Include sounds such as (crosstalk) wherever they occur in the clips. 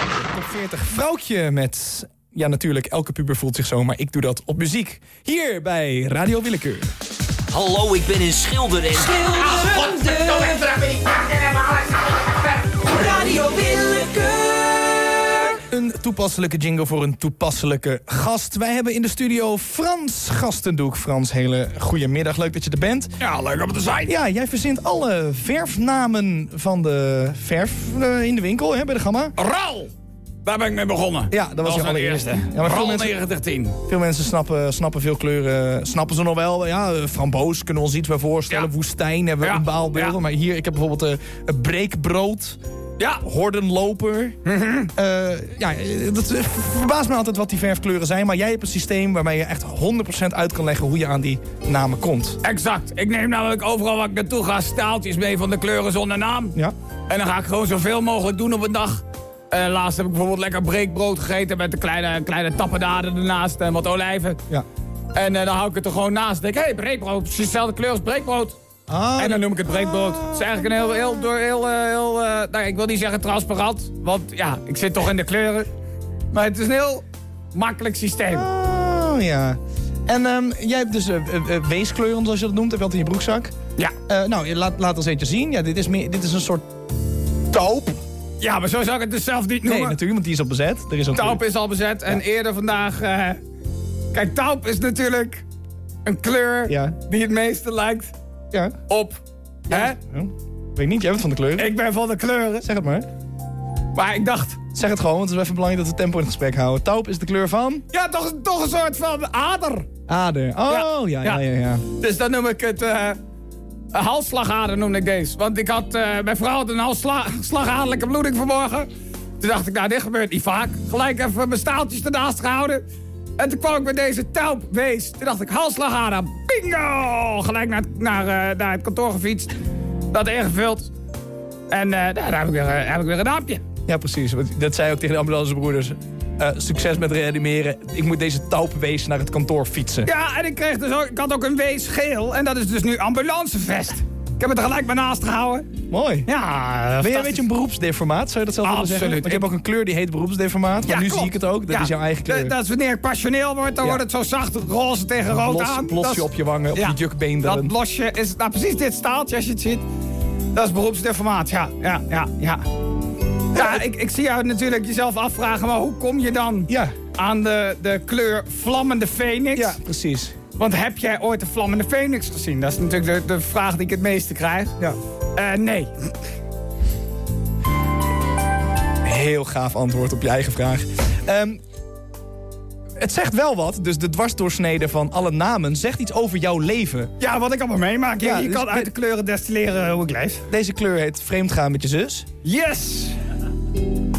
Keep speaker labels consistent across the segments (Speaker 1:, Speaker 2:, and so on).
Speaker 1: 40 vrouwtje met... Ja, natuurlijk, elke puber voelt zich zo, maar ik doe dat op muziek. Hier bij Radio Willekeur.
Speaker 2: Hallo, ik ben in Schilder en...
Speaker 3: Radio Willekeur.
Speaker 1: Een toepasselijke jingle voor een toepasselijke gast. Wij hebben in de studio Frans Gastendoek. Frans, hele goede middag. Leuk dat je er bent.
Speaker 4: Ja, leuk om te zijn.
Speaker 1: Ja, jij verzint alle verfnamen van de verf eh, in de winkel hè, bij de Gamma.
Speaker 4: RAL! Daar ben ik mee begonnen.
Speaker 1: Ja, dat was je
Speaker 4: mijn
Speaker 1: allereerste. Ja,
Speaker 4: Ja,
Speaker 1: maar veel
Speaker 4: RAL
Speaker 1: mensen-
Speaker 4: 9010.
Speaker 1: Veel mensen snappen, snappen veel kleuren. Snappen ze nog wel? Ja, eh, framboos kunnen we ons iets bij voorstellen.
Speaker 4: Ja.
Speaker 1: Woestijn hebben we
Speaker 4: Ja,
Speaker 1: een baalbeelden.
Speaker 4: ja.
Speaker 1: Maar hier, ik heb bijvoorbeeld eh, een breekbrood.
Speaker 4: Ja,
Speaker 1: Hordenloper. Eh, ja, eh, dat eh, verbaast me altijd wat die verfkleuren zijn. Maar jij hebt een systeem waarmee je echt 100% uit kan leggen hoe je aan die namen komt.
Speaker 4: exact. Ik neem namelijk overal waar ik naartoe ga staaltjes mee van de kleuren zonder naam.
Speaker 1: Ja?
Speaker 4: En dan ga ik gewoon zoveel mogelijk doen op een dag. Eh, laatst heb ik bijvoorbeeld lekker breekbrood gegeten met een kleine, kleine tappendaden ernaast en wat olijven.
Speaker 1: Ja.
Speaker 4: En eh, dan hou ik het er gewoon naast. denk, hé, hey, breekbrood, precies dezelfde kleur als breekbrood.
Speaker 1: Ah,
Speaker 4: En dan noem ik het breekbrood. Het is eigenlijk een heel, heel, door heel, eh, heel eh, nou, ik wil niet zeggen transparant, want ja, ik zit toch in de kleuren. Maar het is een heel makkelijk systeem.
Speaker 1: ah, ja. En ehm, jij hebt dus eh, eh, eh, weeskleuren, zoals je dat noemt. en wel in je broekzak.
Speaker 4: Ja.
Speaker 1: Eh, nou, je laat, laat ons eentje zien. Ja, dit is, meer, dit is een soort taupe.
Speaker 4: Ja, maar zo zou ik het dus zelf niet
Speaker 1: Nee,
Speaker 4: noemen.
Speaker 1: natuurlijk, want die is al bezet. Er is ook
Speaker 4: Taup is al bezet en eerder vandaag... eh, kijk, taup is natuurlijk een kleur
Speaker 1: Ja.
Speaker 4: die het meeste lijkt
Speaker 1: Ja.
Speaker 4: op... Hè?
Speaker 1: Huh? Weet niet, jij bent van de kleur.
Speaker 4: Ik ben van de kleuren.
Speaker 1: Zeg het maar.
Speaker 4: Maar ik dacht,
Speaker 1: Zeg het gewoon, want het is even belangrijk dat we tempo in het gesprek houden. Taupe is de kleur van
Speaker 4: ja, toch, toch een soort van ader.
Speaker 1: ader. Oh, ja, ja, ja.
Speaker 4: Ja.
Speaker 1: ja,
Speaker 4: Dus dan noem ik het... eh een halsslagader noemde ik deze. Want ik had, eh, mijn vrouw had een (laughs) halsslagaderlijke bloeding vanmorgen. Toen dacht ik, nou, dit gebeurt niet vaak. Gelijk even mijn staaltjes ernaast gehouden. En toen kwam ik met deze touwbeest. Toen dacht ik, halsslagader, bingo! Gelijk naar, het- naar, eh, naar het kantoor gefietst. Dat ingevuld. En eh, nou, daar heb ik, weer, eh, heb ik weer een naapje.
Speaker 1: Ja, precies. Want dat zei ook tegen de ambulancebroeders. Eh, succes met reanimeren. Ik moet deze taupewees naar het kantoor fietsen.
Speaker 4: Ja, en ik, kreeg dus ook, ik had ook een wees geel. En dat is dus nu ambulancevest. Ik heb het er gelijk maar naast gehouden.
Speaker 1: Mooi.
Speaker 4: Ja,
Speaker 1: Ben jij een beetje een beroepsdeformaat? Zou je dat zelf willen zeggen?
Speaker 4: Absoluut.
Speaker 1: Want je hebt ook een kleur die heet beroepsdeformaat. Maar
Speaker 4: Ja,
Speaker 1: nu
Speaker 4: klopt.
Speaker 1: zie ik het ook. Dat
Speaker 4: Ja.
Speaker 1: is jouw eigen kleur.
Speaker 4: Dat, dat is wanneer ik passioneel word, dan
Speaker 1: Ja.
Speaker 4: wordt het zo zacht roze tegen rood
Speaker 1: Blos-
Speaker 4: aan.
Speaker 1: blosje
Speaker 4: Dat is-
Speaker 1: op je wangen, op je jukbeenderen.
Speaker 4: Dat blosje is, nou precies dit staaltje als je het ziet. Dat is beroepsdeformaat, ja, ja, ja, ja. Ja, ik, ik zie jou natuurlijk jezelf afvragen, maar hoe kom je dan
Speaker 1: Ja.
Speaker 4: aan de, de kleur vlammende phoenix?
Speaker 1: Ja, precies.
Speaker 4: Want heb jij ooit een vlammende phoenix gezien? Dat is natuurlijk de, de vraag die ik het meeste krijg.
Speaker 1: Ja.
Speaker 4: Eh, nee.
Speaker 1: Heel gaaf antwoord op je eigen vraag. Ehm, het zegt wel wat, dus de dwarsdoorsnede van alle namen zegt iets over jouw leven.
Speaker 4: Ja, wat ik allemaal meemaak. Je,
Speaker 1: Ja,
Speaker 4: je
Speaker 1: dus
Speaker 4: kan
Speaker 1: ben-
Speaker 4: uit de kleuren destilleren hoe ik leef.
Speaker 1: Deze kleur heet Vreemdgaan met je zus.
Speaker 4: Yes!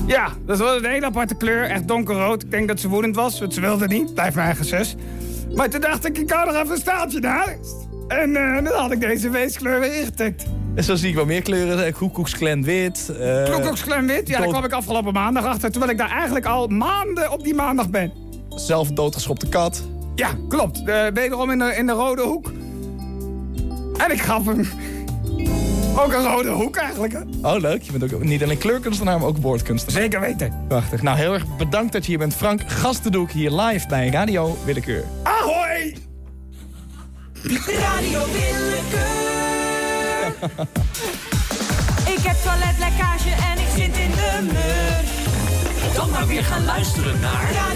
Speaker 4: Ja, dat was een hele aparte kleur. Echt donkerrood. Ik denk dat ze woedend was, want ze wilde niet. Blijf mijn eigen zus. Maar toen dacht ik, ik hou nog even een staaltje naast. En eh, dan had ik deze weeskleur weer ingetikt.
Speaker 1: En zo zie ik wel meer kleuren. Koekoeksklen wit. eh,
Speaker 4: Kloekoeksklein wit. Ja, daar
Speaker 1: dood-
Speaker 4: kwam ik afgelopen maandag achter. Terwijl ik daar eigenlijk al maanden op die maandag ben.
Speaker 1: zelf doodgeschopte kat.
Speaker 4: Ja, klopt. Eh, wederom in de, in de rode hoek. En ik gaf hem. Ook een rode hoek eigenlijk. hè?
Speaker 1: Oh, leuk. Je bent ook niet alleen kleurkunstenaar, maar ook woordkunstenaar.
Speaker 4: Zeker weten.
Speaker 1: Prachtig. Nou, heel erg bedankt dat je hier bent. Frank Gastendoek hier live bij Radio Willekeur.
Speaker 4: Ahoy!
Speaker 3: Radio Willekeur. ik heb toiletlekkage en ik zit in de muur.
Speaker 2: Dan maar weer gaan luisteren naar...